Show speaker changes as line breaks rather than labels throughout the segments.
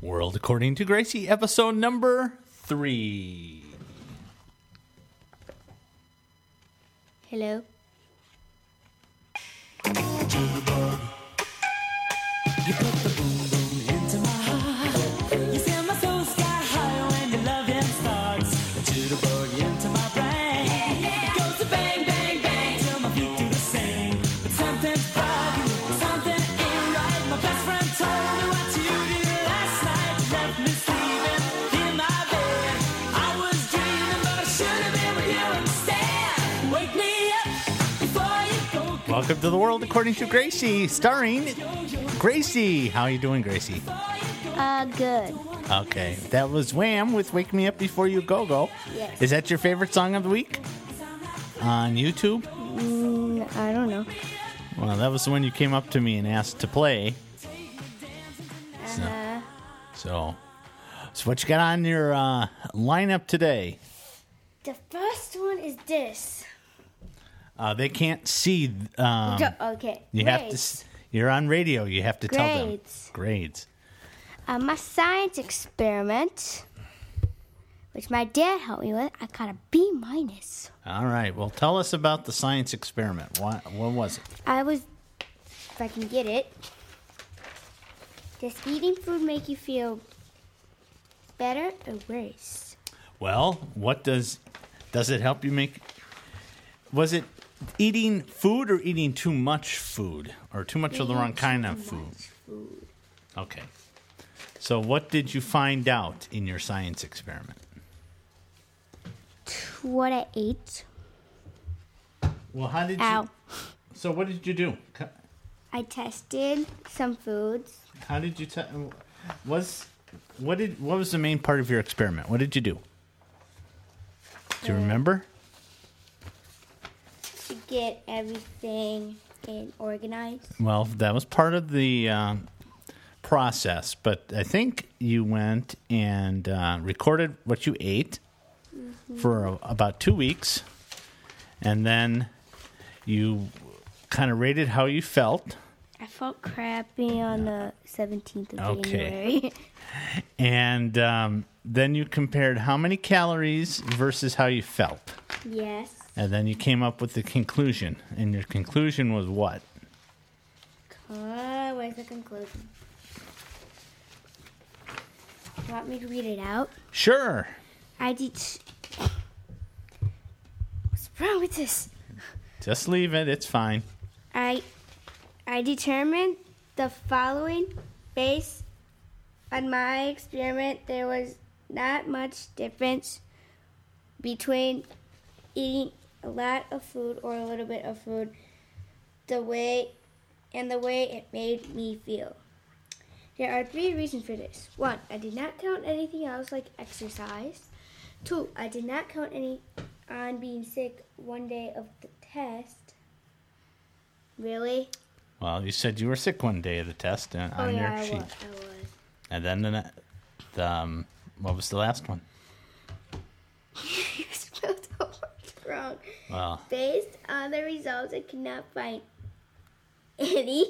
World According to Gracie, episode number three.
Hello.
Welcome to the world according to Gracie, starring Gracie. How are you doing, Gracie?
Uh, good.
Okay, that was Wham with "Wake Me Up Before You Go Go."
Yes.
Is that your favorite song of the week on YouTube?
Mm, I don't know.
Well, that was the one you came up to me and asked to play.
Uh,
So, so what you got on your uh, lineup today?
the first one is this.
Uh, they can't see. Um,
Go- okay.
you have to. s- You're on radio. You have to tell them
Grades.
grades.
Uh, my science experiment, which my dad helped me with, I got a B minus.
All right. Well, tell us about the science experiment. What what was it?
I was, if I can get it, does eating food make you feel better or worse?
Well, what does does it help you make? Was it eating food or eating too much food or too much of the wrong kind of food?
Food.
Okay. So, what did you find out in your science experiment?
What I ate.
Well, how did
Ow.
you? So, what did you do? C-
I tested some foods.
How did you tell? Was what did what was the main part of your experiment? What did you do? Do you remember?
to get everything in organized.
Well, that was part of the um, process, but I think you went and uh, recorded what you ate for a, about two weeks, and then you kind of rated how you felt,
I felt crappy on the 17th of
Okay.
January.
and um, then you compared how many calories versus how you felt,
yes.
and then you came up with the conclusion. And your conclusion was what?
Uh, where's the conclusion? You want me to read it out?
Sure.
I did. What's wrong with this?
Just leave it. It's fine.
I I determined the following based on my experiment there was not much difference between eating a lot of food or a little bit of food the way and the way it made me feel. There are three reasons for this. One, I did not count anything else like exercise. Two, I did not count any on being sick one day of the test. Really?
Well, you said you were sick one day of the test uh, on your sheet.
Oh, I was.
And then the, ne- the um, what was the last one?
you spelled the word wrong.
Well,
Based on the results, I could not find any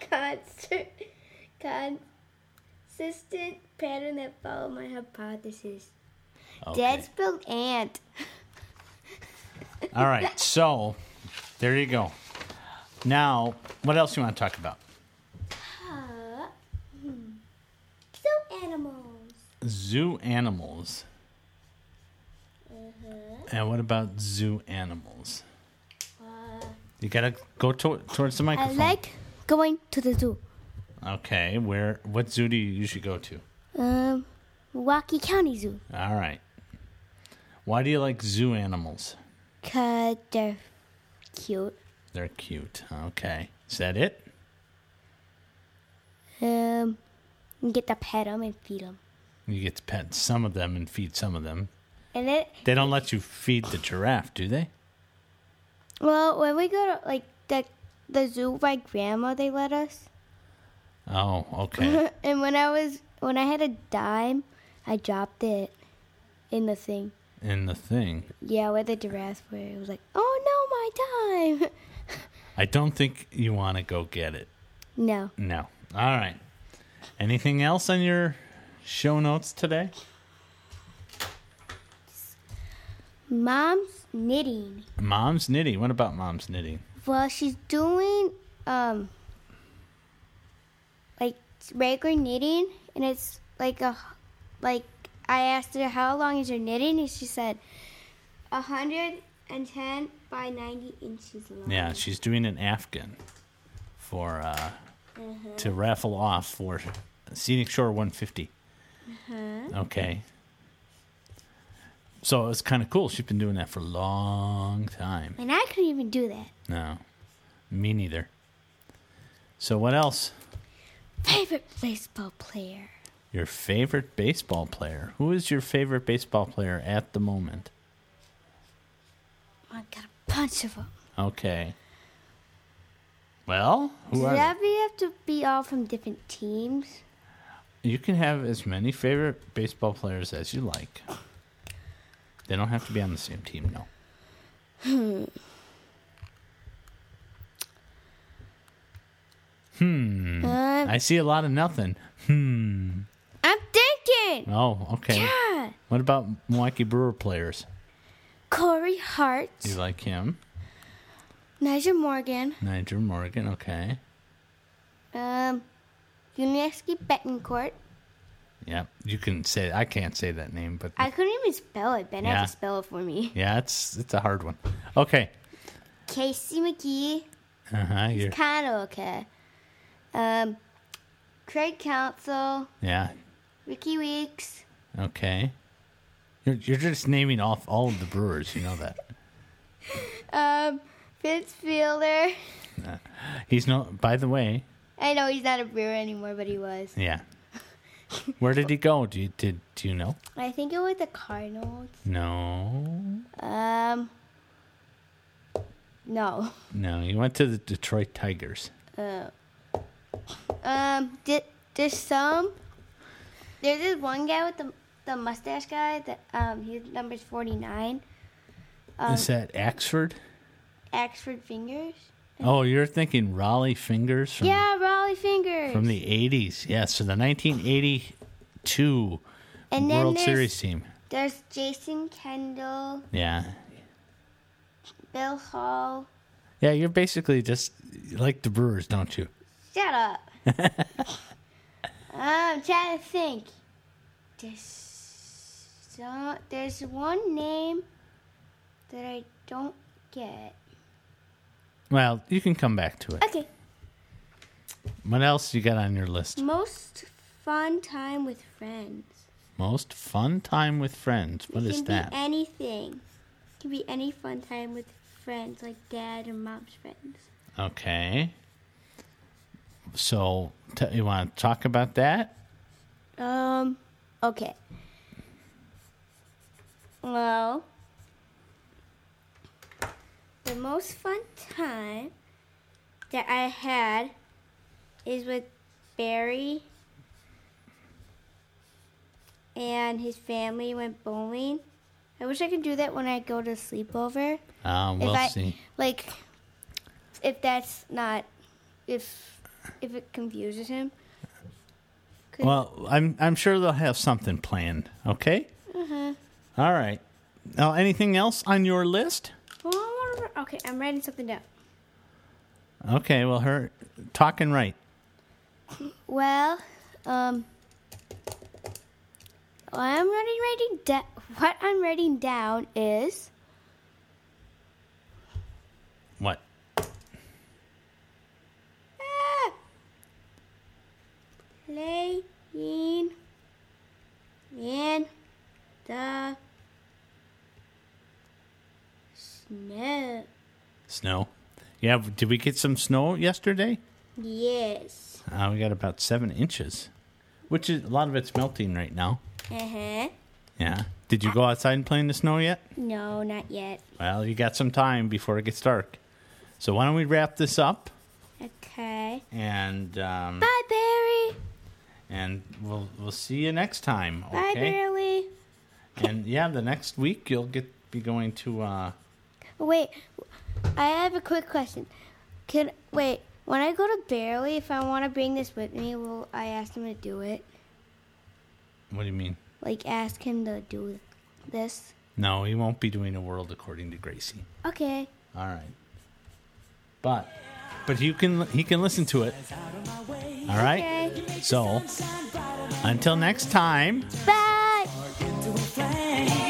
concert, consistent pattern that followed my hypothesis.
okay.
Dad spelled ant.
All right, so there you go. Now, what else you want to talk about?
Uh, hmm. So animals.
Zoo animals.
Mm-hmm.
And what about zoo animals? You gotta go to- towards the
Uh, I
microphone.
like going to the zoo.
okay, where? What zoo do you usually go to?
Um, Milwaukee County Zoo.
All right. Why do you like zoo animals?
Cause they're cute.
They're cute. Okay, is that it?
Um, you get to pet them and feed them.
You get to pet some of them and feed some of them.
And then,
They don't let you feed the giraffe, do they?
well, when we go to like the the zoo by grandma, they let us.
Oh, okay.
and when I was when I had a dime, I dropped it in the thing.
In the thing.
Yeah, where the giraffe were. It was like, oh no, my dime.
I don't think you want to go get it.
no,
No. All right. Anything else on your show notes today?
Mom's knitting.
Mom's knitting. What about mom's knitting?
Well, she's doing um like regular knitting, and it's like a like I asked her how long is your knitting, and she said a hundred and ten by ninety inches long.
Yeah, she's doing an Afghan for uh, to raffle off for Scenic Shore 150. Okay. So it's kind of cool. She's been doing that for a long time.
And I couldn't even do that.
No, me neither. So what else?
Favorite baseball player.
Your favorite baseball player? Who is your favorite baseball player at the moment?
I got a bunch of them.
Okay. Well, who are
Does
they?
that we have to be all from different teams?
You can have as many favorite baseball players as you like. They don't have to be on the same team, no. Hmm.
Uh,
I see a lot of nothing.
I'm thinking.
Oh, okay.
Yeah.
What about Milwaukee Brewer players?
Corey Hart,
You like him?
Nigel Morgan,
Niger Morgan, okay.
um, Unesky Betancourt.
Yeah, you can say I can't say that name, but
I couldn't even spell it. Ben had
Yeah.
to spell it for me.
yeah, it's it's a hard one. Okay.
Casey McGee,
Uh-huh. You're,
kind of okay. Um, Craig Council,
yeah.
Ricky Weeks.
Okay. You're you're just naming off all of the Brewers, you know that.
Um, Vince Fielder.
He's no by the way,
I know he's not a brewer anymore, but he was.
Yeah. Where did he go? Do you did do you know?
I think it was the Cardinals.
No.
Um, no.
No, he went to the Detroit Tigers.
Uh, um, did there's some. There's this one guy with the the mustache guy that um his number's forty nine. Um,
Is that Axford?
Axford fingers.
Oh, you're thinking Raleigh Fingers from
Yeah, Raleigh fingers.
from the 80s. Yes, so the 1982
and then
World
there's,
Series team.
There's Jason Kendall,
Yeah.
Bill Hall.
Yeah, you're basically just you like the Brewers, don't you?
Shut up. I'm trying to think. There's so, there's one name that I don't get.
Well, you can come back to it.
Okay.
What else you got on your list?
Most fun time with friends.
Most fun time with friends. What
it
is
can Be
that?
anything. It can be any fun time with friends, like dad or mom's friends.
Okay. So, t- you want to talk about that?
Um. Okay. Well, the most fun time that I had is with Barry and his family went bowling. I wish I could do that when I go to sleepover.
Uh, we'll
if I
see.
like, if that's not, if if it confuses him.
Well, I'm I'm sure they'll have something planned. Okay. All right. Now, anything else on your list?
Well, I wanna- okay, I'm writing something down.
Okay. Well, her talking right.
Well, um, what I'm writing, writing da- what I'm writing down is
What?
ah, playing in the snow.
Snow. Yeah. Did we get some snow yesterday?
Yes.
Uh, we got about seven inches, which is a lot of it's melting right now.
Uh huh.
Yeah. Did you go outside and play in the snow yet?
No, not yet.
Well, you got some time before it gets dark. So why don't we wrap this up
Okay.
and um,
Bye, Barry.
and we'll we'll see you next time.
Bye,
Okay.
Barry.
and yeah, the next week you'll get be going to. Uh,
Wait, I have a quick question. Can wait when I go to Barely, if I want to bring this with me, will I ask them to do it?
What do you mean?
Like ask him to do this.
No, he won't be doing a world according to Gracie.
Okay.
All right. But but you can he can listen to it. All right?
Okay.
So until next time.
Bye.
into a flame.